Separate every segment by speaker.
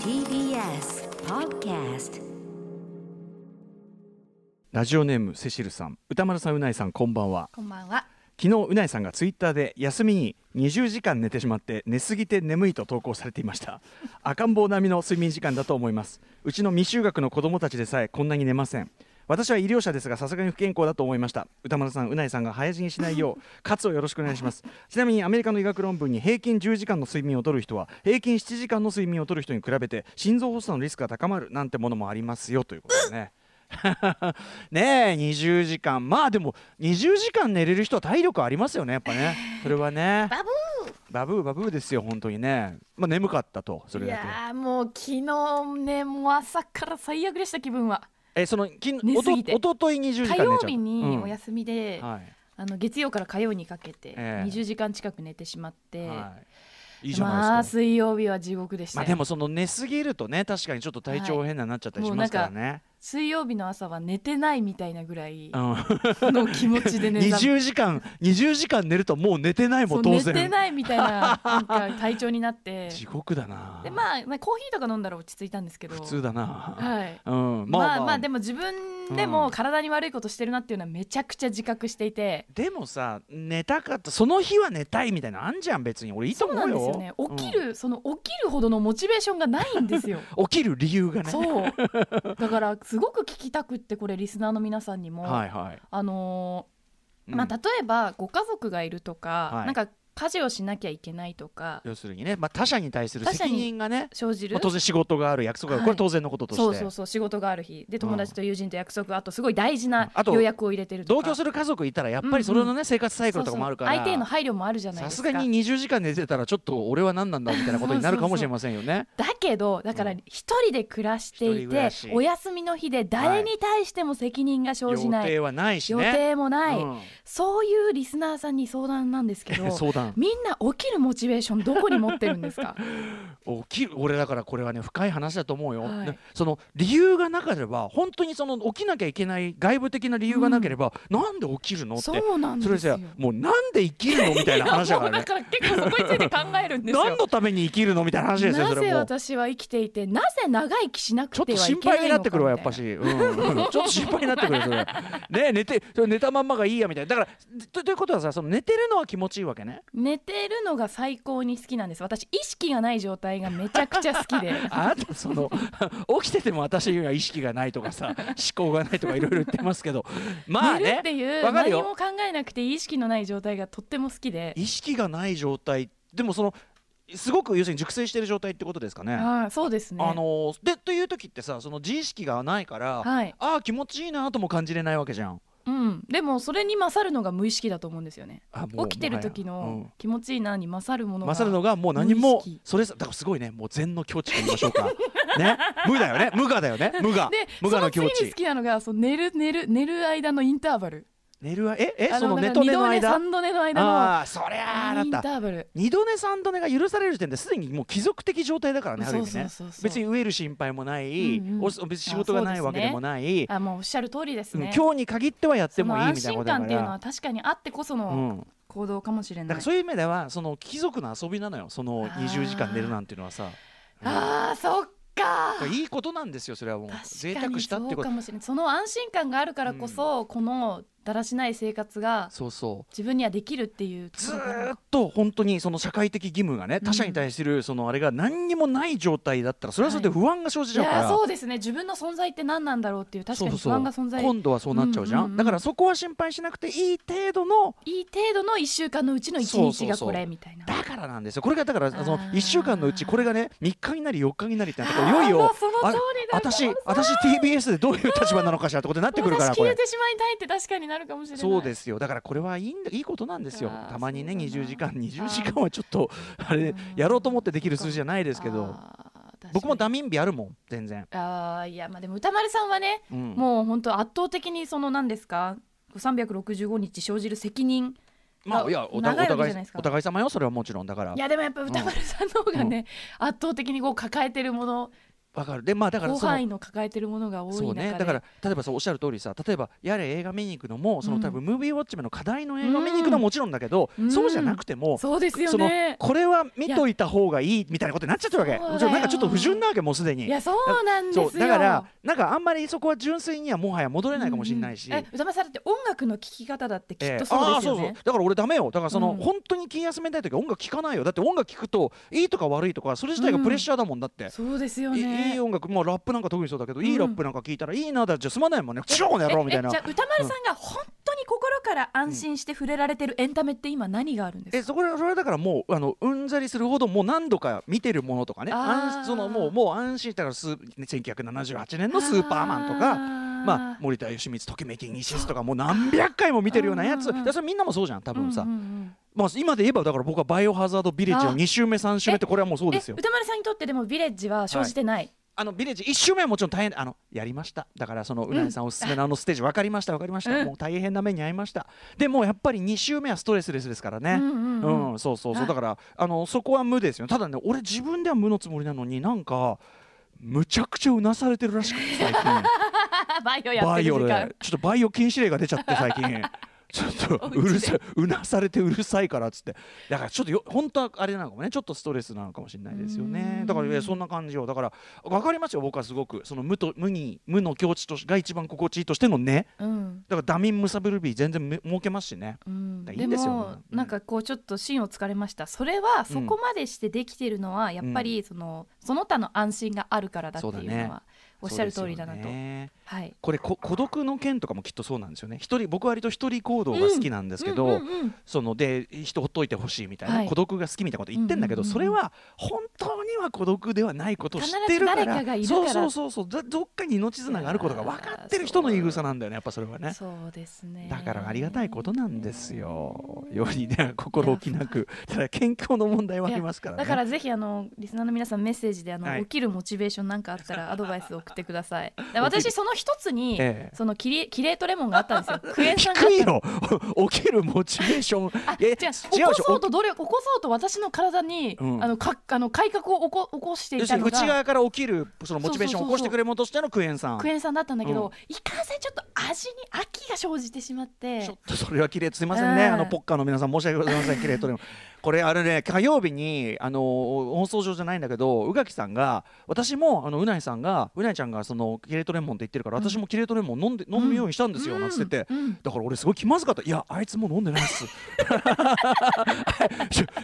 Speaker 1: TBS Podcast
Speaker 2: ラジオネームセシルさん歌丸さんうないさんこんばんは
Speaker 3: こんばんは。
Speaker 2: 昨日うないさんがツイッターで休みに20時間寝てしまって寝すぎて眠いと投稿されていました赤ん坊並みの睡眠時間だと思いますうちの未就学の子供たちでさえこんなに寝ません私は医療者ですがさすがに不健康だと思いました歌丸さんうないさんが早死にしない ようかつをよろしくお願いしますちなみにアメリカの医学論文に平均10時間の睡眠をとる人は平均7時間の睡眠をとる人に比べて心臓発作のリスクが高まるなんてものもありますよということですね ねえ20時間まあでも20時間寝れる人は体力ありますよねやっぱ ねそれはね
Speaker 3: バブ
Speaker 2: バブーバブーですよ本当にねまあ眠かったとそ
Speaker 3: ー。
Speaker 2: れ
Speaker 3: い
Speaker 2: だけ
Speaker 3: やーもう昨日ねもう朝から最悪でした気分は。
Speaker 2: えそのきん
Speaker 3: 寝
Speaker 2: おと
Speaker 3: すぎて
Speaker 2: おととい20時間寝
Speaker 3: 火
Speaker 2: ちゃう
Speaker 3: 曜日にお
Speaker 2: うん
Speaker 3: 休みで、
Speaker 2: はい
Speaker 3: あの月曜から火曜にかけて
Speaker 2: ええ
Speaker 3: 20時間近く寝てしまって、
Speaker 2: はい、いいじゃ
Speaker 3: ま
Speaker 2: ない
Speaker 3: あ
Speaker 2: ですか。
Speaker 3: 水曜日は地獄でした
Speaker 2: まあ
Speaker 3: よ。
Speaker 2: でもその寝すぎるとね確かにちょっと体調変なになっちゃったりしますからね。
Speaker 3: 水曜日の朝は寝てないみたいなぐらい
Speaker 2: うん
Speaker 3: の気持ちで 寝た。
Speaker 2: 20時間20時間寝るともう寝てない
Speaker 3: そ
Speaker 2: も
Speaker 3: うん
Speaker 2: 当
Speaker 3: 寝て
Speaker 2: 然。
Speaker 3: ないみた いななんか体調になって。
Speaker 2: 地獄だな。
Speaker 3: でまあまあコーヒーとか飲んだら落ち着いたんですけど。
Speaker 2: 普通だな。
Speaker 3: はい。
Speaker 2: うん
Speaker 3: まあまあ、
Speaker 2: で
Speaker 3: で
Speaker 2: も
Speaker 3: も自分で
Speaker 2: う
Speaker 3: も
Speaker 2: ん
Speaker 3: 体に悪いことしてるなっていうのはめちゃくちゃ自覚していて、
Speaker 2: さ寝たかったその日は寝たいみたいなのあんじゃん別に俺いいと
Speaker 3: そう
Speaker 2: 思う
Speaker 3: な
Speaker 2: よ。
Speaker 3: んですよね起きる、その起きるほどのモチベーションがない んですよ
Speaker 2: うん起きる理由がね。
Speaker 3: そうだからすごく聞きたくってこれリスナーの皆さんにも、
Speaker 2: はいはい。
Speaker 3: あのー
Speaker 2: うん
Speaker 3: まあ、例えばご家族がいるとか、
Speaker 2: はい
Speaker 3: なんか家事をしなきゃいけないとか
Speaker 2: 要するにね、まあ、他者に対する
Speaker 3: 他者
Speaker 2: 責
Speaker 3: に
Speaker 2: 任がね、
Speaker 3: 生じる
Speaker 2: まあ、当然仕事がある約束がある、
Speaker 3: は
Speaker 2: こ
Speaker 3: い
Speaker 2: れ当然のこととして
Speaker 3: そうそうそう仕事がある日で友達と友人と約束あとすごい大
Speaker 2: う
Speaker 3: 事
Speaker 2: ん
Speaker 3: な
Speaker 2: あと
Speaker 3: 予約を入れてると
Speaker 2: 同
Speaker 3: か
Speaker 2: 居する家族いたらやっぱりそれのね、生活サイクルとかもあるから
Speaker 3: そうそう相手への配慮もあるじゃない
Speaker 2: さ
Speaker 3: です
Speaker 2: す
Speaker 3: か
Speaker 2: がに20時間寝てたらちょっと俺は何なんだみたいなことになるかもしれませんよ ね。
Speaker 3: だけどだから
Speaker 2: うん
Speaker 3: 一人で暮らして
Speaker 2: 一人
Speaker 3: い
Speaker 2: 暮
Speaker 3: て
Speaker 2: らし、
Speaker 3: お休みの日で誰に対しても責任が生
Speaker 2: 予
Speaker 3: じない、
Speaker 2: 定はないし
Speaker 3: 予
Speaker 2: ね。
Speaker 3: 定もない、
Speaker 2: うん
Speaker 3: そういうリスナーさんに相談なんですけど
Speaker 2: 相談
Speaker 3: みんな起きるモチベーションどこに持ってる んですか
Speaker 2: 起きる俺だからこれはね深い話だと思うよ、
Speaker 3: はい
Speaker 2: ねその理由がなければ本当にその起きなきゃいけない外部的な理由がなければ、なんで起きるのってそ
Speaker 3: そうなんで
Speaker 2: れ
Speaker 3: すよ
Speaker 2: じゃもうなんで生きるのみたいな話だ
Speaker 3: も
Speaker 2: か
Speaker 3: う
Speaker 2: ら
Speaker 3: だ
Speaker 2: ね
Speaker 3: から結構そこについて考えるんですよ
Speaker 2: 何のために生きるのみたいな話ですよそ
Speaker 3: な
Speaker 2: れ
Speaker 3: ぜ
Speaker 2: もう
Speaker 3: 私は生きていてなぜ長生きしなく
Speaker 2: ちょってと
Speaker 3: はい
Speaker 2: 心
Speaker 3: けな
Speaker 2: 配
Speaker 3: いのか
Speaker 2: になってくるわやっぱ
Speaker 3: みたいな
Speaker 2: し、うん、ちょっと心配になってくるよそれね寝てそれ寝たまんまがいいやみたいなだからとということはさその寝てるのは気持ちいいわけね
Speaker 3: 寝てるのが最高に好きなんです私意識がない状態がめちゃくちゃ好きで
Speaker 2: あなたその起きてても私には意識がないとかさ思考がないとかいろいろ言ってますけど まあ
Speaker 3: 寝るっ
Speaker 2: ね
Speaker 3: ていう
Speaker 2: わかる
Speaker 3: 何
Speaker 2: よ
Speaker 3: も考えなくていい意識のない状態がとっても好きで、
Speaker 2: 意識がない状態でもそのすごく要するに熟成してる状態ってことですかね。
Speaker 3: はいそうですね
Speaker 2: あのーでという時ってさその自意識がないから、
Speaker 3: はい
Speaker 2: ああ気持ちいいなとも感じれないわけじゃん。
Speaker 3: うん、でもそれに勝るのが無意識だと思うんですよね
Speaker 2: あもう
Speaker 3: 起きてる時
Speaker 2: もはやうん
Speaker 3: の気持ちいいなに勝るものが
Speaker 2: 勝るのがもう何も
Speaker 3: 無意識
Speaker 2: それさだからすごいねもう禅の境地と言いましょうか ね無だよね無我だよ ね無我
Speaker 3: で
Speaker 2: 無
Speaker 3: そ
Speaker 2: 我の
Speaker 3: の
Speaker 2: 境
Speaker 3: 次に
Speaker 2: 地
Speaker 3: 好きなのがそう寝る寝る寝る間のインターバル
Speaker 2: 寝るわええ
Speaker 3: あ
Speaker 2: その
Speaker 3: だ
Speaker 2: 寝
Speaker 3: から
Speaker 2: と
Speaker 3: 二
Speaker 2: 寝の
Speaker 3: 度寝
Speaker 2: 間
Speaker 3: 三度寝の間の
Speaker 2: ああーそりゃあ
Speaker 3: イ
Speaker 2: な
Speaker 3: ン
Speaker 2: た
Speaker 3: ターバル
Speaker 2: 二度寝三度寝が許される時点ですでにもう貴族的状態だからねある意味ね
Speaker 3: そうそうそうそう
Speaker 2: 別に飢える心配もない、
Speaker 3: うんうん
Speaker 2: お別に仕事がないわけでもない
Speaker 3: あもうおっしゃる通りです
Speaker 2: うん
Speaker 3: ね
Speaker 2: 今日に限ってはやって
Speaker 3: そ
Speaker 2: も
Speaker 3: の
Speaker 2: いい
Speaker 3: 安
Speaker 2: みたいな
Speaker 3: 心
Speaker 2: ことだ
Speaker 3: 感
Speaker 2: か
Speaker 3: っていうの
Speaker 2: ら
Speaker 3: は。確かにあってこその
Speaker 2: うん、
Speaker 3: 行動かもしれ
Speaker 2: だか
Speaker 3: ない、
Speaker 2: らそういう意味ではその貴族の遊びなのよその
Speaker 3: あー
Speaker 2: 20時間寝るなんていうのはさ
Speaker 3: あーそっか
Speaker 2: いいことなんですよそれはもう贅
Speaker 3: 確か
Speaker 2: 沢
Speaker 3: に
Speaker 2: したって
Speaker 3: そう
Speaker 2: こと
Speaker 3: かもしれないその安心感があるからこそ、このだらしない生活が
Speaker 2: そうそう
Speaker 3: 自分にはできるっていうと
Speaker 2: ず
Speaker 3: ころ
Speaker 2: ーっと本当にその社会的義務がね他者に対するそのあれが何にもない状態だったらそれはそれで不安が生じ
Speaker 3: い
Speaker 2: ちゃうから、
Speaker 3: やーそうですね自分の存在って何なんだろうっていう確かに不安が存在
Speaker 2: 今度はそうなっちゃうじゃん,、
Speaker 3: うんうんうん
Speaker 2: だからそこは心配しなくていい程度の
Speaker 3: いい程度の1週間のうちの1日がこれみたいな
Speaker 2: だからなんですよこれがだからその
Speaker 3: あー
Speaker 2: 1週間のうちこれがね3日になり4日になりってなったらいよい
Speaker 3: あー
Speaker 2: よ
Speaker 3: まあその通りだ
Speaker 2: 私私 TBS でどういう立場なのかしらってことになってくるから
Speaker 3: 私
Speaker 2: こ
Speaker 3: 消
Speaker 2: れ
Speaker 3: えてしまいたいって確かになるかもしれない
Speaker 2: そうですすよだからこれはいいんだいいことなんですよ
Speaker 3: あー
Speaker 2: たまにね
Speaker 3: そうだ
Speaker 2: 20
Speaker 3: な
Speaker 2: 時間20時間はちょっとあれやろうと思ってできる数字じゃないですけど僕もダミン日あるもん全然、
Speaker 3: あーいやまあでも歌丸さんはね、
Speaker 2: うん
Speaker 3: もう本当圧倒的にその何ですか365日生じる責任
Speaker 2: まあいやお
Speaker 3: 長いわけ
Speaker 2: 互い
Speaker 3: じゃないですか
Speaker 2: お互い様よそれはもちろんだから
Speaker 3: いやでもやっぱ歌丸さんの方がね、圧倒的にこう抱えてるもの
Speaker 2: わかるでまあだから
Speaker 3: 広
Speaker 2: その
Speaker 3: 範囲の抱えてるものが多い
Speaker 2: そう
Speaker 3: 中で
Speaker 2: ねだから例えばそうおっしゃる通りさ例えばやれ映画見に行くのもその、
Speaker 3: うん
Speaker 2: 多分ムービーウォッチメンの課題の映画見に行くのはもちろんだけど、
Speaker 3: うん
Speaker 2: そうじゃなくても、
Speaker 3: そうですよ
Speaker 2: その
Speaker 3: ね
Speaker 2: これは見といた方がいいみたいなことになっちゃってるわけ
Speaker 3: そうだよ
Speaker 2: ちょなんかちょっと不純なわけもうすでに
Speaker 3: いやそうなんです
Speaker 2: そ
Speaker 3: よ
Speaker 2: うだからなんかあんまりそこは純粋にはもはや戻れないかもしれないし、
Speaker 3: うんうんえ歌丸さんだって音楽の聴き方だってきっ
Speaker 2: え
Speaker 3: と
Speaker 2: え
Speaker 3: そう
Speaker 2: あ
Speaker 3: で
Speaker 2: あ
Speaker 3: す
Speaker 2: そ
Speaker 3: よ
Speaker 2: うそう
Speaker 3: ね、
Speaker 2: だから俺ダメよだからその、
Speaker 3: うん
Speaker 2: 本当に気休めたい時は音楽聴かないよだって音楽聴くといいとか悪いとかそれ自体がプレッシャーだもんだって、
Speaker 3: そうですよ
Speaker 2: い
Speaker 3: ね
Speaker 2: いい音楽、まあ、ラップなんか特にそうだけど、
Speaker 3: ん
Speaker 2: いいラップなんか聞いたらいいなだじゃすまないもんねチョーの野郎みたいな
Speaker 3: ええじゃあ歌丸さんが本当に心から安心して触れられてるエンタメって今何があるんですか、
Speaker 2: えそこらそれはだからもうあのうんざりするほどもう何度か見てるものとかね
Speaker 3: あー
Speaker 2: 安そのもうもう安心だからスー1978年の「スーパーマン」と
Speaker 3: あー
Speaker 2: か。まあ、森田芳光ときめきニシスとかもう何百回も見てるようなやつ
Speaker 3: うんうんうん
Speaker 2: だからそれみんなもそうじゃん多分さ、
Speaker 3: うんうんうん
Speaker 2: まあ、今で言えばだから僕は「バイオハザード・ビレッジ」
Speaker 3: あ
Speaker 2: の2週目3週目ってこれはもうそうですよ
Speaker 3: え歌丸さんにとってでもヴィレッジは生じてない、
Speaker 2: あのビレッジ1周目はもちろん大変あのやりましただからそのうなぎさんおすすめのあのステージ分かりました分かりました、
Speaker 3: うん
Speaker 2: もう大変な目に遭いましたでもやっぱり2周目はストレスレスですからね
Speaker 3: う
Speaker 2: うん
Speaker 3: うん
Speaker 2: ん、
Speaker 3: うん
Speaker 2: そうそうそ
Speaker 3: は
Speaker 2: う
Speaker 3: い
Speaker 2: だからあのそこは無ですよただね俺自分では無のつもりなのになんかむちゃくちゃうなされてるらしくて最近
Speaker 3: あバイオやっ
Speaker 2: バ
Speaker 3: て
Speaker 2: イ
Speaker 3: る
Speaker 2: オ
Speaker 3: 時間
Speaker 2: でちょっとバイオ禁止令が出ちゃって最 近ちょっとうるさいうなされてうるさいからっつってだからちょっとよ本当はあれなのかもねちょっとストレスなのかもしれないですよねだからいやそんな感じよだから分かりますよ僕はすごくその無と無に無の境地としが一番心地いいとしてのね
Speaker 3: うん
Speaker 2: だからダミンムサブルビー全然め儲けますしね
Speaker 3: うん、
Speaker 2: いいんですよ
Speaker 3: も
Speaker 2: うん
Speaker 3: なんかこうちょっと芯をつかれましたそれはそこまでしてできてるのはやっぱりその、その他の安心があるからだっていう
Speaker 2: そうだ
Speaker 3: の
Speaker 2: ね
Speaker 3: はおっしゃる通りだな
Speaker 2: そう
Speaker 3: と、
Speaker 2: ですよね
Speaker 3: はい
Speaker 2: これこ孤独の件とかもきっとそうなんですよね一人僕割と一人行動が好きなんですけど、
Speaker 3: うんうんうん
Speaker 2: そので人ほっといてほしいみたいな、
Speaker 3: はい
Speaker 2: 孤独が好きみたいなこと言ってんだけど、
Speaker 3: うんうんうん
Speaker 2: それは本当には孤独ではないことを知ってるから
Speaker 3: 必ず誰かがいるか
Speaker 2: そ
Speaker 3: ら
Speaker 2: うそうそうそうどどっかに命綱があることが分かってる人の言い草なんだよねやっぱそれはね。
Speaker 3: そうですね
Speaker 2: だからありがたいことなんですよ。よりね心置きなくただ健康の問題はありますからね。
Speaker 3: だからぜひあのリスナーの皆さんメッセージであの、
Speaker 2: はい
Speaker 3: 起きるモチベーションなんかあった らアドバイスを送ってください。で私その一つに、
Speaker 2: ええ
Speaker 3: そのキレキレートレモンがあったんで すよ。クエン酸があっ
Speaker 2: 低い
Speaker 3: たの。
Speaker 2: よ起きるモチベーション
Speaker 3: あ
Speaker 2: え
Speaker 3: 違う起
Speaker 2: で
Speaker 3: こ
Speaker 2: しょ
Speaker 3: そうと努力起こそうと私の体に、
Speaker 2: うん
Speaker 3: あのかあの改革を起こ起こして
Speaker 2: 要
Speaker 3: い
Speaker 2: す
Speaker 3: た
Speaker 2: るに
Speaker 3: の
Speaker 2: 内
Speaker 3: が
Speaker 2: 側から起きるそのモチベーションを
Speaker 3: そうそうそうそう
Speaker 2: 起こしてくれるものとしてのクエン酸
Speaker 3: クエン酸だったんだけど、
Speaker 2: う
Speaker 3: いかんせんちょっと味に飽きが生じてしまって
Speaker 2: ちょっとそれは綺麗すいませんね、
Speaker 3: うん
Speaker 2: あのポッカーの皆さん申し訳ございません綺麗 とでもこれあれね火曜日にあの放送上じゃないんだけど宇垣さんが私もあのうないさんがうないちゃんがそのキレートレモンって言ってるから私もキレートレモン飲んで、飲むようにしたんですよ、なんつってて、
Speaker 3: うん
Speaker 2: だから俺すごい気まずかったいやあいつもう飲んでない っす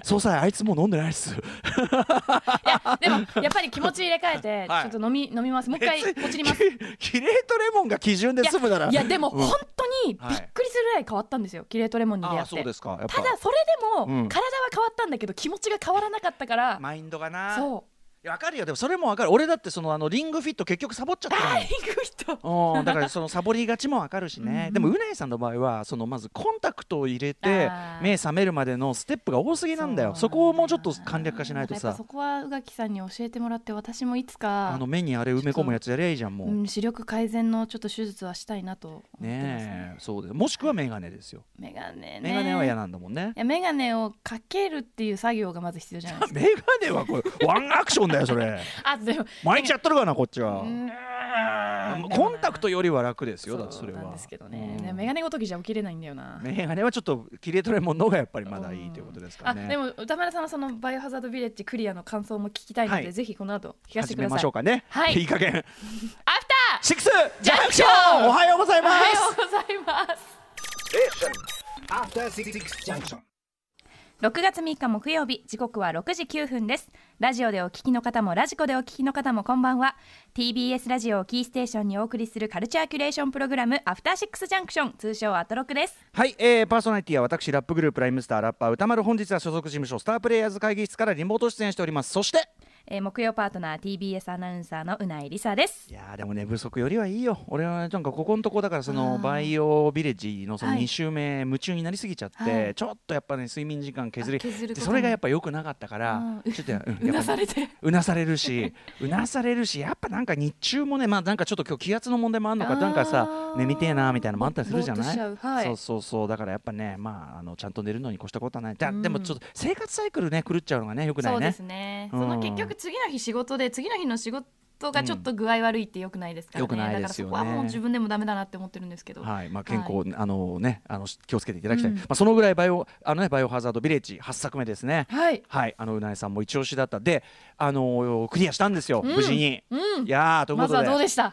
Speaker 2: 総裁あいつもう飲んでないっす
Speaker 3: いやでもやっぱり気持ち入れ替えて、
Speaker 2: はい
Speaker 3: ちょっと飲み飲みますもう一回落ちります
Speaker 2: キレートレモンが基準で済むなら
Speaker 3: いやでも
Speaker 2: うん
Speaker 3: 本当にびっくりするぐらい変わったんですよ、キレートレモンに出
Speaker 2: あ
Speaker 3: 会
Speaker 2: あ
Speaker 3: って
Speaker 2: そうですかやっぱ
Speaker 3: ただそれでも
Speaker 2: うん
Speaker 3: 体は変わったんだけど気持ちが変わらなかったから、
Speaker 2: マインドがな
Speaker 3: そう
Speaker 2: いやわかるよでもそれもわかる俺だってそのあのリングフィット結局サボっちゃった
Speaker 3: あ
Speaker 2: の
Speaker 3: ー
Speaker 2: よ
Speaker 3: 行く人
Speaker 2: うんだからそのサボりがちもわかるしね、
Speaker 3: うん
Speaker 2: でもうないさんの場合はそのまずコンタクトを入れて
Speaker 3: あー
Speaker 2: 目覚めるまでのステップが多すぎなんだよそ
Speaker 3: そう
Speaker 2: こをもうちょっと簡略化しないと
Speaker 3: んかやっ
Speaker 2: さ
Speaker 3: ぱそこは宇垣さんに教えてもらって私もいつか
Speaker 2: あの目にあれ埋め込むやつやりゃいいじゃんもう、
Speaker 3: うん、視力改善のちょっと手術はしたいなと思ってます
Speaker 2: ね
Speaker 3: ね
Speaker 2: えそうですもしくはメガネですよ
Speaker 3: メガネね
Speaker 2: メガネは嫌なんだもんね
Speaker 3: いやメガネをかけるっていう作業がまず必要じゃないですか
Speaker 2: メガネはこれワンアクションだよそ れ
Speaker 3: あでも
Speaker 2: 巻いちゃっとるかなこっちは、
Speaker 3: うーん
Speaker 2: コンタクトよりは楽ですよだって
Speaker 3: そ
Speaker 2: そうれは
Speaker 3: なんですけどね、
Speaker 2: うん
Speaker 3: メガネごときじゃ起きれないんだよな、
Speaker 2: メガネはちょっとキレトレモンの方がやっぱりまだいいということですかね。
Speaker 3: あでも歌丸さんはそのバイオハザードビレッジクリアの感想も聞きたいので、
Speaker 2: はい
Speaker 3: ぜひこの後聞かせて
Speaker 2: 始
Speaker 3: く
Speaker 2: め
Speaker 3: ださい
Speaker 2: ましょうかね。
Speaker 3: はい
Speaker 2: いい加減。
Speaker 3: アフタ
Speaker 2: シックス
Speaker 3: ージャンクション
Speaker 2: おはようござい
Speaker 3: お
Speaker 2: ま
Speaker 3: はよ
Speaker 2: す。
Speaker 3: うございます
Speaker 4: After Six Junction.
Speaker 3: 6月3日木曜日時刻は6時9分ですラジオでお聞きの方もラジコでお聞きの方もこんばんは TBS ラジオをキーステーションにお送りするカルチャーキュレーションプログラムアフターシックスジャンクション通称アトロクです
Speaker 2: はい、えー、パーソナリティは私ラップグループライムスターラッパー歌丸本日は所属事務所スタープレイヤーズ会議室からリモート出演しております。そして
Speaker 3: えー木曜パートナー TBS アナウンサーのうないりさです
Speaker 2: いやーでも寝不足よりはいいよ。俺はなんかここのとこだからそのバイオビレッジのその
Speaker 3: はい
Speaker 2: 2週目夢中になりすぎちゃって、
Speaker 3: はい
Speaker 2: ちょっとやっぱね睡眠時間削り
Speaker 3: あ削ることに
Speaker 2: それがやっぱ良くなかったから
Speaker 3: うん
Speaker 2: ちょっとや,、うん、
Speaker 3: う
Speaker 2: や
Speaker 3: な
Speaker 2: っぱ
Speaker 3: されて
Speaker 2: うなされるしうなされるしやっぱなんか日中もねまあなんかちょっと今日気圧の問題もあるのか
Speaker 3: あー
Speaker 2: なんかさ眠てえなみたいなのもあったりするじゃ
Speaker 3: ぼー
Speaker 2: な
Speaker 3: っとし
Speaker 2: い
Speaker 3: ちゃうはい
Speaker 2: そうそうそうだからやっぱねまああのちゃんと寝るのに越したことはないだ、
Speaker 3: うん
Speaker 2: でもちょっと生活サイクルね狂っちゃうのがねよくない
Speaker 3: そうで
Speaker 2: ね
Speaker 3: すね、
Speaker 2: うん
Speaker 3: その結局次の日仕事で次の日の仕事トがちょっと具合悪いってよくないですからね、
Speaker 2: 良くないですよね
Speaker 3: だからそこはもう自分でもダメだなって思ってるんですけど、
Speaker 2: はいまあ、健
Speaker 3: は
Speaker 2: 康、あのね、あの気をつけていただきたい、
Speaker 3: うん
Speaker 2: まあ、そのぐらいバイオあの、ね、バイオハザード・ビレッジ8作目ですね、
Speaker 3: はい
Speaker 2: はい、あのうなえさんも一押しだったで、あのクリアしたんですよ、
Speaker 3: うん
Speaker 2: 無事に。
Speaker 3: うん
Speaker 2: いやーという
Speaker 3: ま
Speaker 2: こ
Speaker 3: ず
Speaker 2: と
Speaker 3: は
Speaker 2: で,、
Speaker 3: どうでした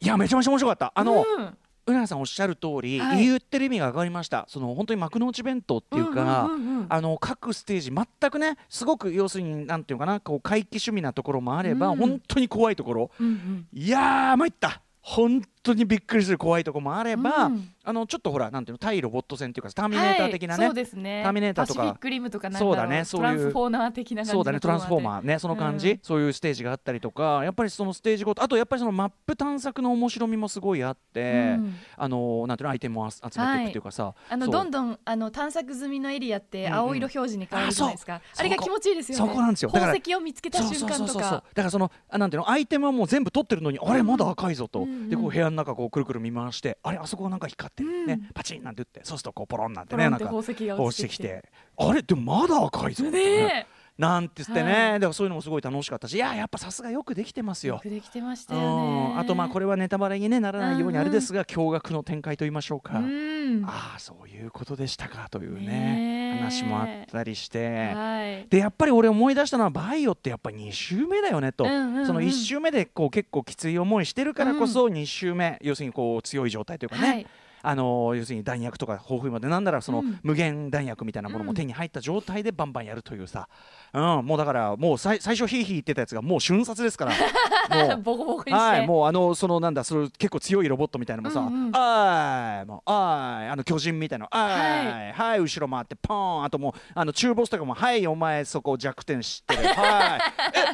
Speaker 2: いやめちゃめちゃ面白かった。あの、
Speaker 3: うん
Speaker 2: うなえさんおっしゃる通り、
Speaker 3: はい
Speaker 2: 言ってる意味が分かりましたその本当に幕の内弁当っていうか、
Speaker 3: うんうんうんうん
Speaker 2: あの各ステージ全くねすごく要するになんていうかなこう怪奇趣味なところもあれば、
Speaker 3: うん
Speaker 2: 本当に怖いところ
Speaker 3: うんうん
Speaker 2: いやー参った本当にびっくりする怖いとこもあれば、
Speaker 3: うん
Speaker 2: あのちょっとほらなんていうの対ロボット戦っていうかターミネーター的なね、
Speaker 3: はい、そうですね
Speaker 2: ターミネーターとか
Speaker 3: パシフィックリムとかなんだ
Speaker 2: そ
Speaker 3: ろ
Speaker 2: うだねそういう
Speaker 3: トランスフォーマー的な感じ
Speaker 2: そうだねトランスフォーマ
Speaker 3: ー
Speaker 2: ーねその感じ、
Speaker 3: うん
Speaker 2: そういうステージがあったりとかやっぱりそのステージごとあとやっぱりそのマップ探索の面白みもすごいあって、
Speaker 3: うん
Speaker 2: あのなんていうのアイテムを集めていくっていうかさ、
Speaker 3: あの
Speaker 2: そう
Speaker 3: どんどんあの探索済みのエリアって
Speaker 2: うん
Speaker 3: 青色表示に変わるじゃないですか、
Speaker 2: あ
Speaker 3: あ
Speaker 2: そう
Speaker 3: れが気持ちいいですよね
Speaker 2: そこなんですよだから
Speaker 3: 宝石を見つけた瞬間とか
Speaker 2: そうそうそうそうだからそのあなんていうのアイテムはもう全部取ってるのに、あれまだ赤いぞと、
Speaker 3: うんうん
Speaker 2: でこう部屋の中こうくるくる見回してあれあそこなんか光ってる、
Speaker 3: うん
Speaker 2: ねパチンなんて打ってそうするとこうポロンなんて
Speaker 3: ポ
Speaker 2: ね
Speaker 3: ロン
Speaker 2: な
Speaker 3: っ
Speaker 2: ん
Speaker 3: て
Speaker 2: か
Speaker 3: 宝石が
Speaker 2: 落ち
Speaker 3: 落ち
Speaker 2: て
Speaker 3: て
Speaker 2: き
Speaker 3: き
Speaker 2: て
Speaker 3: て
Speaker 2: あれでもまだ赤いぞ
Speaker 3: ねえ
Speaker 2: なんて言ってね、
Speaker 3: は
Speaker 2: でもそういうのもすごい楽しかったしいややっぱさすがよくできてますよ
Speaker 3: よ。くできてましたよ
Speaker 2: う
Speaker 3: ね
Speaker 2: んあとまあこ
Speaker 3: れ
Speaker 2: れはネタバレに、ね、ならないように
Speaker 3: うんう
Speaker 2: あ
Speaker 3: ん
Speaker 2: れですが、驚愕の展開と言いましょうか、
Speaker 3: うん
Speaker 2: ああそういうことでしたかというね
Speaker 3: ねえ
Speaker 2: 話もあったりして、
Speaker 3: はい
Speaker 2: でやっぱり俺思い出したのはバイオってやっぱ2週目だよねと、
Speaker 3: うんうんうん
Speaker 2: その1週目でこう結構きつい思いしてるからこそ2週目、要するにこう強い状態というかね、
Speaker 3: はい
Speaker 2: あのー要するに弾薬とか豊富にまでなんならその
Speaker 3: うん
Speaker 2: 無限弾薬みたいなもの
Speaker 3: う
Speaker 2: も
Speaker 3: ん
Speaker 2: 手に入った状態でバンバンやるというさ、うんもうだからもうさい最初ヒーヒー言ってたやつがもう瞬殺です からもう。
Speaker 3: ボコボコにして、
Speaker 2: はい、もうあのそのなんだその結構強いロボットみたいなのもさ「
Speaker 3: うんうん
Speaker 2: あーい」もう「あーい」あの巨人みたいな「あーい」はい、後ろ回ってポーンあともうあの中ボスとかも「はいお前そこ弱点知って る」「はい」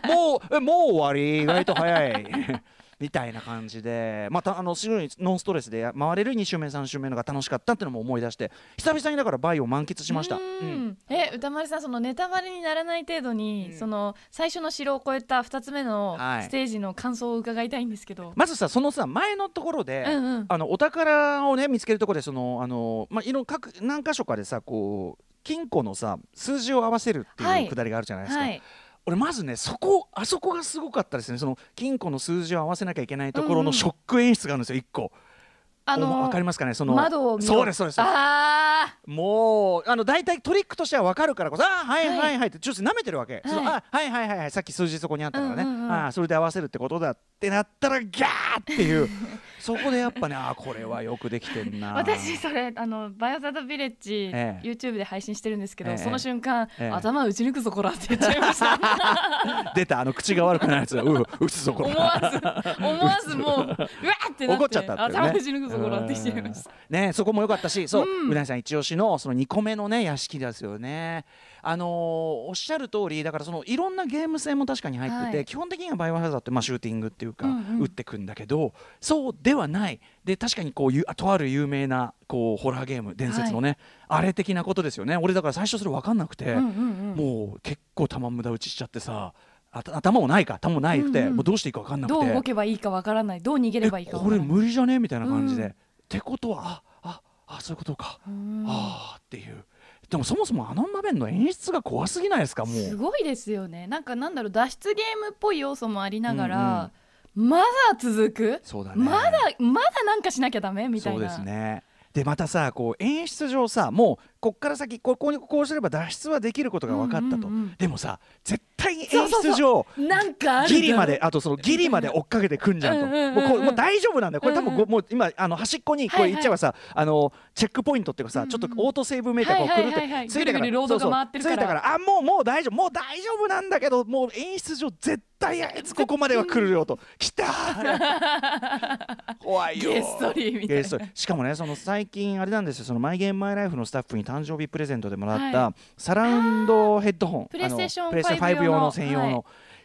Speaker 2: え「もうえもう終わり意外と早い」みたいな感じでまたあのすごいノンストレスで回れる2周目3周目のが楽しかったっていうのも思い出して久々にだからバイオ満喫しました。
Speaker 3: う
Speaker 2: うん
Speaker 3: んえ歌丸さんそのネタバレにならない程度に、その最初の城を越えた2つ目の
Speaker 2: はい
Speaker 3: ステージの感想を伺いたいんですけど、
Speaker 2: まずさそのさ前のところで、
Speaker 3: うんうん
Speaker 2: あのお宝をね見つけるところでそのあのまあいろいろ各何箇所かでさこう金庫のさ数字を合わせるって
Speaker 3: は
Speaker 2: いう
Speaker 3: い
Speaker 2: くだりがあるじゃないですか。
Speaker 3: はい
Speaker 2: 俺まずねそこあそこがすごかったですねその金庫の数字を合わせなきゃいけないところ
Speaker 3: うんう
Speaker 2: の
Speaker 3: ん
Speaker 2: ショック演出があるんですよ一個。お
Speaker 3: あの
Speaker 2: わかりますかねその
Speaker 3: 窓を見よ
Speaker 2: そうですそうですそうです
Speaker 3: あ
Speaker 2: もうあの大体トリックとしては分かるからこそ「あーはい
Speaker 3: はい
Speaker 2: はいはい」ってちょっと舐めてるわけ、そのあはいはいはいはいさっき数字そこにあったからね、
Speaker 3: うんうんうん
Speaker 2: あーそれで合わせるってことだってなったらギャーっていう そこでやっぱねあーこれはよくできてんな
Speaker 3: ー私それあのバイオザードビレッジ、
Speaker 2: ええ
Speaker 3: YouTube で配信してるんですけど、
Speaker 2: ええ
Speaker 3: その瞬間、
Speaker 2: ええ
Speaker 3: 頭打ち抜くぞこらって言っちゃいました
Speaker 2: 出たあの口が悪くなるやつうん打つぞこれ
Speaker 3: 思わず思わずもううわーってなって
Speaker 2: 怒っちゃったっていうね
Speaker 3: 頭打ち抜くぞこらってしちゃいました
Speaker 2: うんねそこも良かったしそう、うなぎさん一押しのその2個目のね屋敷ですよねあのーおっしゃる通りだからそのいろんなゲーム性も確かに入ってて、
Speaker 3: はい
Speaker 2: 基本的にはバイオハザードってまあシューティングっていうか、
Speaker 3: うんうん
Speaker 2: 撃ってくんだけどそうではないで確かにこういうあとある有名なこうホラーゲーム伝説のね、あれ的なことですよね俺だから最初それ分かんなくて、
Speaker 3: うんうんうん
Speaker 2: もう結構弾無駄打ちしちゃってさあた頭もないか頭もないくて、
Speaker 3: うんうん
Speaker 2: もうどうしていいか分かんなく
Speaker 3: ど
Speaker 2: て
Speaker 3: う動けばいいかわからないどう逃げればいいか
Speaker 2: え
Speaker 3: わ
Speaker 2: こ
Speaker 3: から
Speaker 2: れ
Speaker 3: ない
Speaker 2: 無理じゃねみたいな感じで、
Speaker 3: うん
Speaker 2: ってことはあああそういうことか、
Speaker 3: うん
Speaker 2: ああっていうでもそもそもあの場面の演出が怖すぎないですかも
Speaker 3: す
Speaker 2: う
Speaker 3: ごいですよねなんかなんだろう脱出ゲームっぽい要素もありながら、まだ続く
Speaker 2: そうだね
Speaker 3: まだまだなんかしなきゃダメみたい
Speaker 2: そう
Speaker 3: な
Speaker 2: ですねでまたさこう演出上さもうこっから先ここにこうすれば脱出はできることが分かったと、
Speaker 3: うんうんうん
Speaker 2: でもさ絶対に演
Speaker 3: そうそうそう
Speaker 2: 出上
Speaker 3: なんかあるだろう
Speaker 2: ギリまであとそのギリまで追っかけてくんじゃんと、
Speaker 3: うんうんうんうん
Speaker 2: もうこうもう大丈夫なんだよこれ多分ご、
Speaker 3: うん
Speaker 2: もう今あの端っこにこ
Speaker 3: は
Speaker 2: う
Speaker 3: い
Speaker 2: 行
Speaker 3: はい
Speaker 2: っちゃえばさ、あのチェックポイントっていうかさ、
Speaker 3: うんうん
Speaker 2: ちょっとオートセーブメーターがこうくるって、
Speaker 3: はいはいはいはい
Speaker 2: ついてから
Speaker 3: ぐるぐるロードが回ってるから
Speaker 2: そうそうついてからあもうもう大丈夫もう大丈夫なんだけどもう演出上絶対あいつここまでは来るよと来た ー怖いよ
Speaker 3: げっそりみたいな
Speaker 2: げっそりしかもねその最近あれなんですよそのマイゲームマイライフのスタッフに誕生日プレゼントでもらった、
Speaker 3: は
Speaker 2: サラウンドヘッドホン
Speaker 3: プレイステーショ
Speaker 2: あ
Speaker 3: ン
Speaker 2: のプレイステーション5
Speaker 3: 5用
Speaker 2: 用
Speaker 3: の
Speaker 2: の専用の、
Speaker 3: はい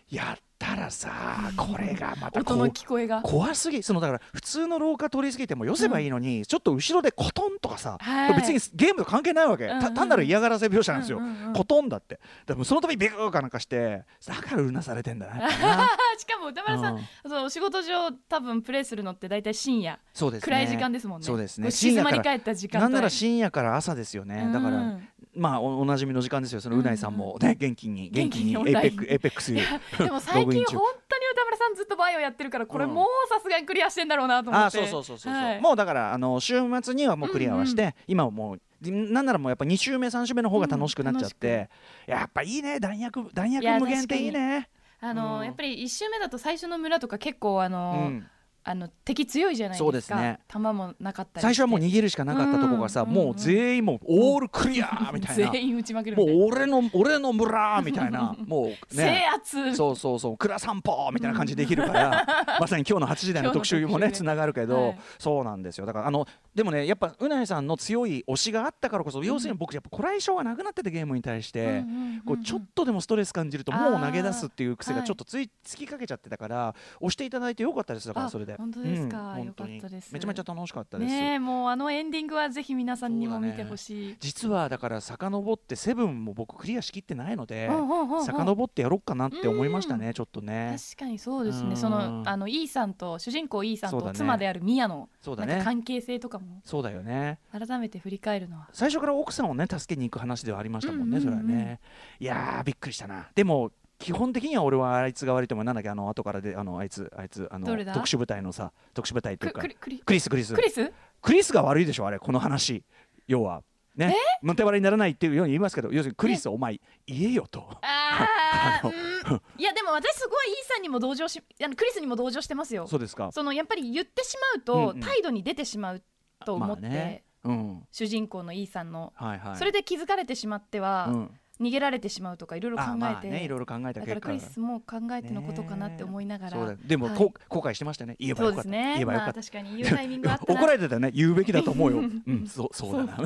Speaker 2: やったらさこれがまたこ
Speaker 3: 音
Speaker 2: う
Speaker 3: の聞こえが
Speaker 2: 怖すぎそのだから普通の廊下通り過ぎても寄せばいいのに、ちょっと後ろでコトンとかさ、
Speaker 3: はい
Speaker 2: 別にゲームと関係ないわけ、
Speaker 3: うんうん
Speaker 2: た単なる嫌がらせ描写なんですよ、
Speaker 3: うんうんうん
Speaker 2: コトンだってでもその度ビクーかなんかしてだからうなされてんだなやっぱり な
Speaker 3: しかも歌丸さん、
Speaker 2: うん
Speaker 3: そうお仕事上多分プレイするのって大体深夜
Speaker 2: そうですね
Speaker 3: 暗い時間ですもんね
Speaker 2: そうです
Speaker 3: こ
Speaker 2: ね
Speaker 3: う静まり返った時間帯
Speaker 2: なんなら深夜から朝ですよね、だか
Speaker 3: う
Speaker 2: ら
Speaker 3: ん
Speaker 2: まあおおなじみの時間ですよそのうないさんもね、元気に元気に
Speaker 3: 元気にオン
Speaker 2: エイ
Speaker 3: ラ
Speaker 2: ペ
Speaker 3: イ
Speaker 2: ッ
Speaker 3: ン
Speaker 2: クエイペックス
Speaker 3: いやでも最
Speaker 2: ログイ
Speaker 3: 近
Speaker 2: ン
Speaker 3: 本当に
Speaker 2: 中
Speaker 3: 歌丸さ間ずっとバイオやってるからこれもうさすがにクリアしてんだろうなと思
Speaker 2: あ
Speaker 3: っ
Speaker 2: ー
Speaker 3: て
Speaker 2: そうそうそうそうそう、
Speaker 3: はい
Speaker 2: もうだからあの週末にはもうクリアはして、今はもうでなんならもうやっぱ2週目3週目の方が楽しくなっちゃって、やっぱいいね弾薬弾
Speaker 3: い
Speaker 2: 薬
Speaker 3: や
Speaker 2: 無限っていいね
Speaker 3: あの
Speaker 2: うん
Speaker 3: やっぱり一周目だと最初の村とか結構あ
Speaker 2: う
Speaker 3: の、
Speaker 2: ん、
Speaker 3: あの敵強いじゃないですか
Speaker 2: そうですね
Speaker 3: 弾もなかったりして
Speaker 2: 最初はもう逃げるしかなかったとこがさ、
Speaker 3: うん
Speaker 2: もう全員もうオールクリアーみたいな、
Speaker 3: 全員打ちまくるみ
Speaker 2: も
Speaker 3: た
Speaker 2: う俺
Speaker 3: いな
Speaker 2: の俺の村みたい なもう
Speaker 3: 制
Speaker 2: ね
Speaker 3: 圧
Speaker 2: そうそうそう蔵散歩みたいな感じでできるから、 まさに今日の8時台の特集も
Speaker 3: 今日の特集
Speaker 2: ね
Speaker 3: ね
Speaker 2: つながるけど、
Speaker 3: はい
Speaker 2: そうなんですよだからあのでもねやっぱうなえさんの強い推しがあったからこそ要するに僕やっぱこらえ性がなくなっててゲームに対して。
Speaker 3: うんうんうんうん
Speaker 2: こうちょっとでもストレス感じると
Speaker 3: あー
Speaker 2: もう投げ出すっていう癖が
Speaker 3: はい
Speaker 2: ちょっとついつきかけちゃってたから押していただいてよかったですだから
Speaker 3: あ
Speaker 2: それで
Speaker 3: 本当ですか
Speaker 2: 本当に
Speaker 3: よかったです
Speaker 2: めちゃめちゃ楽しかったです、
Speaker 3: ねえもうあのエンディングはぜひ皆さんにも
Speaker 2: そうだ
Speaker 3: 見
Speaker 2: ね
Speaker 3: てほしい、
Speaker 2: 実はだから遡ってセブンも僕クリアしきってないので
Speaker 3: うんうんうんうん
Speaker 2: 遡ってやろうかなって思いましたねちょっとね
Speaker 3: 確かにそうです
Speaker 2: う
Speaker 3: ね
Speaker 2: ん
Speaker 3: そのあのイーさんと主人公イーさん
Speaker 2: そうだ
Speaker 3: と
Speaker 2: ね
Speaker 3: 妻であるミヤの
Speaker 2: そうだ
Speaker 3: なんか
Speaker 2: ね
Speaker 3: 関係性とかも
Speaker 2: そうだよね
Speaker 3: 改めて振り返るのは
Speaker 2: 最初から奥さんをね助けに行く話ではありましたもんね、
Speaker 3: うんう
Speaker 2: そ
Speaker 3: んうん
Speaker 2: れはねいやーびっくりしたなでも基本的には俺はあいつが悪いと思うなんだっけあの後からであのあいつあいつあの
Speaker 3: どれだ
Speaker 2: 特殊部隊のさ特殊部隊ってい
Speaker 3: ク
Speaker 2: うか
Speaker 3: クリクリ
Speaker 2: クリスクリス
Speaker 3: クリス
Speaker 2: クリスが悪いでしょあれこの話要はねもてバレにならないっていうように言いますけど要するにクリスお前言えよと
Speaker 3: あ
Speaker 2: あ
Speaker 3: ー
Speaker 2: の
Speaker 3: うんいやでも私すごいイーさんにも同情しあのクリスにも同情してますよ
Speaker 2: そうですか
Speaker 3: そのやっぱり言ってしまう
Speaker 2: うん
Speaker 3: と、
Speaker 2: うん
Speaker 3: 態度に出てしまうと思って、
Speaker 2: まあねうん
Speaker 3: 主人公のイーさんの、
Speaker 2: はいはい
Speaker 3: それで気づかれてしまっては、
Speaker 2: うん
Speaker 3: 逃げられてしまうとかいろいろ考えて
Speaker 2: あまあねいろいろ考えた
Speaker 3: だ
Speaker 2: 結
Speaker 3: か
Speaker 2: 果
Speaker 3: らクリスも考えてのことかなって思いながら、
Speaker 2: ねえそうだでも、
Speaker 3: はい
Speaker 2: こう後悔してましたね言えば
Speaker 3: そ
Speaker 2: よ
Speaker 3: う
Speaker 2: か
Speaker 3: で
Speaker 2: っ
Speaker 3: す
Speaker 2: た、
Speaker 3: ね
Speaker 2: 言えばよか
Speaker 3: ま
Speaker 2: っ
Speaker 3: あ
Speaker 2: た、
Speaker 3: 確かに言うタイミングあった
Speaker 2: 怒ら
Speaker 3: な
Speaker 2: れてたよね言うべきだと思 うようんそうそうだな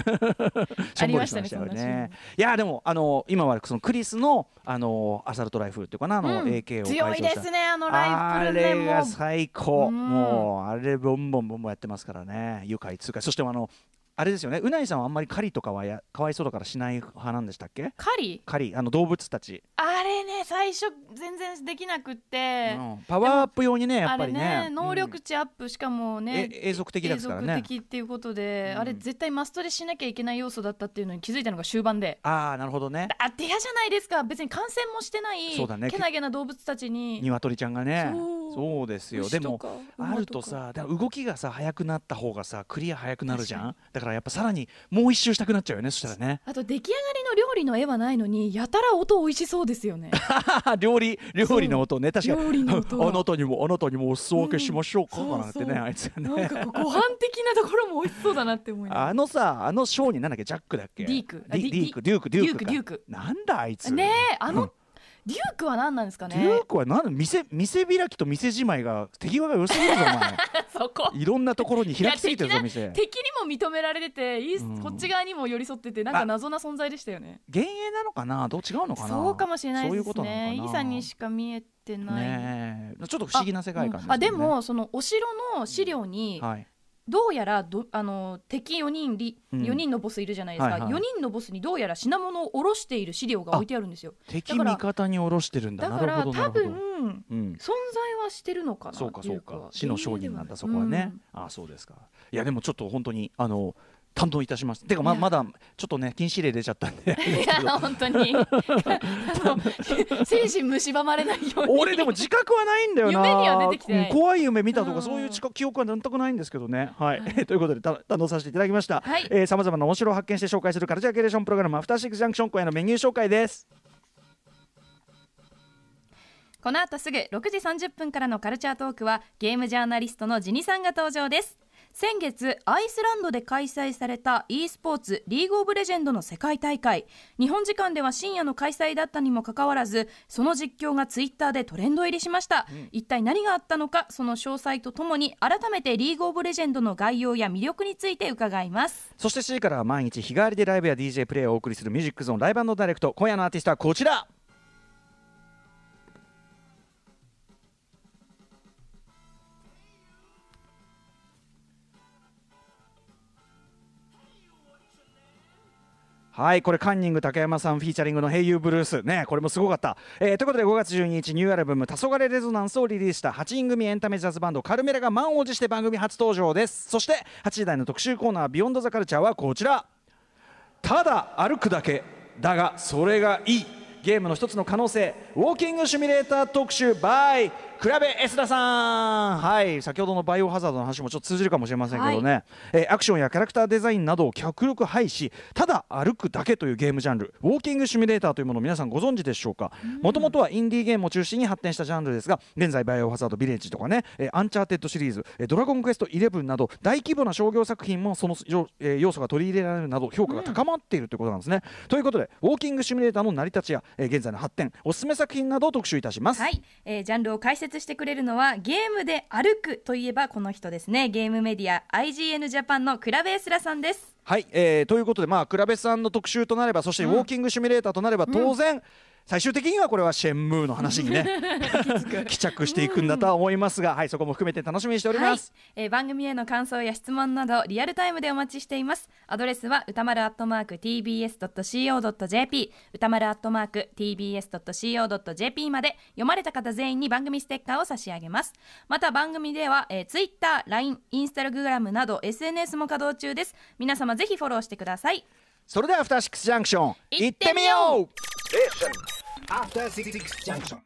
Speaker 2: しょんぼりしましたよ
Speaker 3: ありましたね
Speaker 2: ねいやでもあの今はそのクリスのあのアサルトライフルっていうかなあの、
Speaker 3: うん
Speaker 2: AK を改
Speaker 3: 強
Speaker 2: 造
Speaker 3: い
Speaker 2: し
Speaker 3: で
Speaker 2: た
Speaker 3: すねあのライ
Speaker 2: あ
Speaker 3: フルね
Speaker 2: れ
Speaker 3: も
Speaker 2: が
Speaker 3: う
Speaker 2: 最高、
Speaker 3: うん
Speaker 2: もうあれボンボンボンボンやってますからね愉快痛快そしてあのあれですよねうないさんはあんまり狩りとかはやかわいそうだからしない派なんでしたっけ
Speaker 3: 狩り
Speaker 2: 狩りあの動物たち、
Speaker 3: あれね最初全然できなくって、
Speaker 2: うんパワーアップ用にねや
Speaker 3: あ
Speaker 2: っぱり
Speaker 3: れね
Speaker 2: ね
Speaker 3: 能力値アップしかも
Speaker 2: うん
Speaker 3: ね
Speaker 2: え永続的
Speaker 3: 継
Speaker 2: ですから
Speaker 3: 続
Speaker 2: ね
Speaker 3: 的っていうことで、
Speaker 2: うん
Speaker 3: あれ絶対マストでしなきゃいけない要素だったっていうのに気づいたのが終盤で。
Speaker 2: ああなるほどね
Speaker 3: あって嫌じゃないですか別に感染もしてない
Speaker 2: そうだね
Speaker 3: けなげな動物たちに
Speaker 2: 鶏ちゃんがね
Speaker 3: そう
Speaker 2: そうですよ
Speaker 3: 牛
Speaker 2: で
Speaker 3: と
Speaker 2: も
Speaker 3: か
Speaker 2: あるとさだから動きがさ速くなった方がさクリア速くなるじゃんだからやっぱさらにもう一周したくなっちゃうよねそしたらね
Speaker 3: あと出来上がりの料理の絵はないのにやたら音美味しそうです よね
Speaker 2: 料理料理の音ね確かに
Speaker 3: 料理の音 が
Speaker 2: あなたにもあなたにもお裾分けしましょうか
Speaker 3: うん
Speaker 2: なんてね、
Speaker 3: そうそう
Speaker 2: あいつが
Speaker 3: なん
Speaker 2: ね
Speaker 3: かこうご飯的なところも美味しそうだなって思いながら
Speaker 2: あのさあのショーになんだっけジャックだっけ
Speaker 3: ディークあ
Speaker 2: ディ
Speaker 3: デ
Speaker 2: デ
Speaker 3: ィ
Speaker 2: ィークデュークデュークか
Speaker 3: デュークデューク
Speaker 2: なんだあいつ
Speaker 3: ねえあの、デュークは何なんですか
Speaker 2: デュ
Speaker 3: ね
Speaker 2: ークはなん店店開きと店じまいが手際が良すぎる ぞお前
Speaker 3: そこ
Speaker 2: いろんなところに開きすぎてる
Speaker 3: い
Speaker 2: ぞ
Speaker 3: や
Speaker 2: 店
Speaker 3: 敵にも認められてていいっす
Speaker 2: うん
Speaker 3: こっち側にも寄り添っててなんか謎な存在でしたよね
Speaker 2: 幻影なのかなどう違うのかな
Speaker 3: そうかもしれない
Speaker 2: そうい
Speaker 3: で
Speaker 2: うこ
Speaker 3: す
Speaker 2: とな
Speaker 3: ね
Speaker 2: の
Speaker 3: イ
Speaker 2: かな
Speaker 3: さんにしか見えてない、
Speaker 2: ねえちょっと不思議な世界観
Speaker 3: あ
Speaker 2: す
Speaker 3: う
Speaker 2: よ
Speaker 3: ん
Speaker 2: ね
Speaker 3: あでもそのお城の資料に、
Speaker 2: はい
Speaker 3: どうやらどあの敵4人り
Speaker 2: うん
Speaker 3: 4人のボスいるじゃないですか、
Speaker 2: はいはい
Speaker 3: 4人のボスにどうやら品物を下ろしている資料が置いてあるんですよ
Speaker 2: 敵味方に下ろしてるんだ
Speaker 3: だ
Speaker 2: な
Speaker 3: か
Speaker 2: る
Speaker 3: ら
Speaker 2: ほどな
Speaker 3: 多
Speaker 2: るほど
Speaker 3: 分
Speaker 2: うん
Speaker 3: 存在はしてるのかな
Speaker 2: そうか
Speaker 3: って
Speaker 2: そ
Speaker 3: いうう
Speaker 2: か
Speaker 3: か
Speaker 2: 死の商人なんだそこは
Speaker 3: 幻影で
Speaker 2: ね
Speaker 3: はない、
Speaker 2: あそうですかいやでもちょっと本当にあの担当いたしますてかま
Speaker 3: いや
Speaker 2: まだちょっとね禁止令出ちゃったんで
Speaker 3: いや本当 にあの 精神蝕まれないように
Speaker 2: 俺でも自覚はないんだよな
Speaker 3: 夢には出てきてない
Speaker 2: うん怖い夢見たと
Speaker 3: う
Speaker 2: か
Speaker 3: ん
Speaker 2: そういう自覚記憶は全くないんですけどねはい、 ということでた堪能させていただきました
Speaker 3: はい
Speaker 2: さまざまな面白を発見して紹介するカルチャーキュレーションプログラム「アフターシックスジャンクション」今夜のメニュー紹介です
Speaker 3: この後すぐ6時30分からのカルチャートークはゲームジャーナリストのジニさんが登場です先月アイスランドで開催された e スポーツリーグオブレジェンドの世界大会日本時間では深夜の開催だったにもかかわらずその実況がツイッターでトレンド入りしました、一体何があったのかその詳細とともに改めてリーグオブレジェンドの概要や魅力について伺います
Speaker 2: そして7時からは毎日日替わりでライブや DJ プレイをお送りするミュージックゾーンライブダイレクト今夜のアーティストはこちらはいこれカンニング竹山さんフィーチャリングの「ヘイユーブルース」ねこれもすごかった、えーということで5月12日ニューアルバム「黄昏レゾナンス」をリリースした8人組エンタメジャズバンドカルメラが満を持して番組初登場ですそして8時台の特集コーナー「ビヨンドザカルチャーはこちらただ歩くだけだがそれがいいゲームの一つの可能性ウォーキングシミュレーター特集 by 比べエスダさんはい先ほどのバイオハザードの話もちょっと通じるかもしれませんけどね、えーアクションやキャラクターデザインなどを脚力廃止ただ歩くだけというゲームジャンルウォーキングシミュレーターというものを皆さんご存知でしょうかもともとはインディーゲームを中心に発展したジャンルですが現在バイオハザードビレッジとかね、えーアンチャーテッドシリーズ、えードラゴンクエスト11など大規模な商業作品もその要,、えー要素が取り入れられるなど評価が高まっているということなんですね、ということでウォーキングシミュレーターの成り立ちや、えー現在の発展おすすめ作品などを特集いたします、
Speaker 3: はい、えージャンルを解説してくれるのはゲームで歩くといえばこの人ですねゲームメディア IGN ジャパンのクラベエスラさんです
Speaker 2: はい、えーということで、まあ、倉部さんの特集となれば、そしてウォーキングシミュレーターとなれば、当然、最終的にはこれはシェンムーの話に ね、帰着していくんだとは思いますが、はい、そこも含めて楽しみにしており
Speaker 3: は
Speaker 2: ま
Speaker 3: い
Speaker 2: す。、
Speaker 3: えー番組への感想や質問などリアルタイムでお待ちしていますアドレスは歌丸アットマーク tbs.co.jp 歌丸アットマーク tbs.co.jp まで読まれた方全員に番組ステッカーを差し上げますまた番組では、えー、Twitter、LINE、Instagram など SNS も稼働中です皆様ぜひフォローしてください
Speaker 2: それでは、アフターシックスジャンクション、
Speaker 3: 行
Speaker 2: 行
Speaker 3: っ
Speaker 2: ってて
Speaker 3: み
Speaker 2: み
Speaker 3: よ
Speaker 2: よ
Speaker 3: う
Speaker 2: う
Speaker 4: Station. After Six Junction.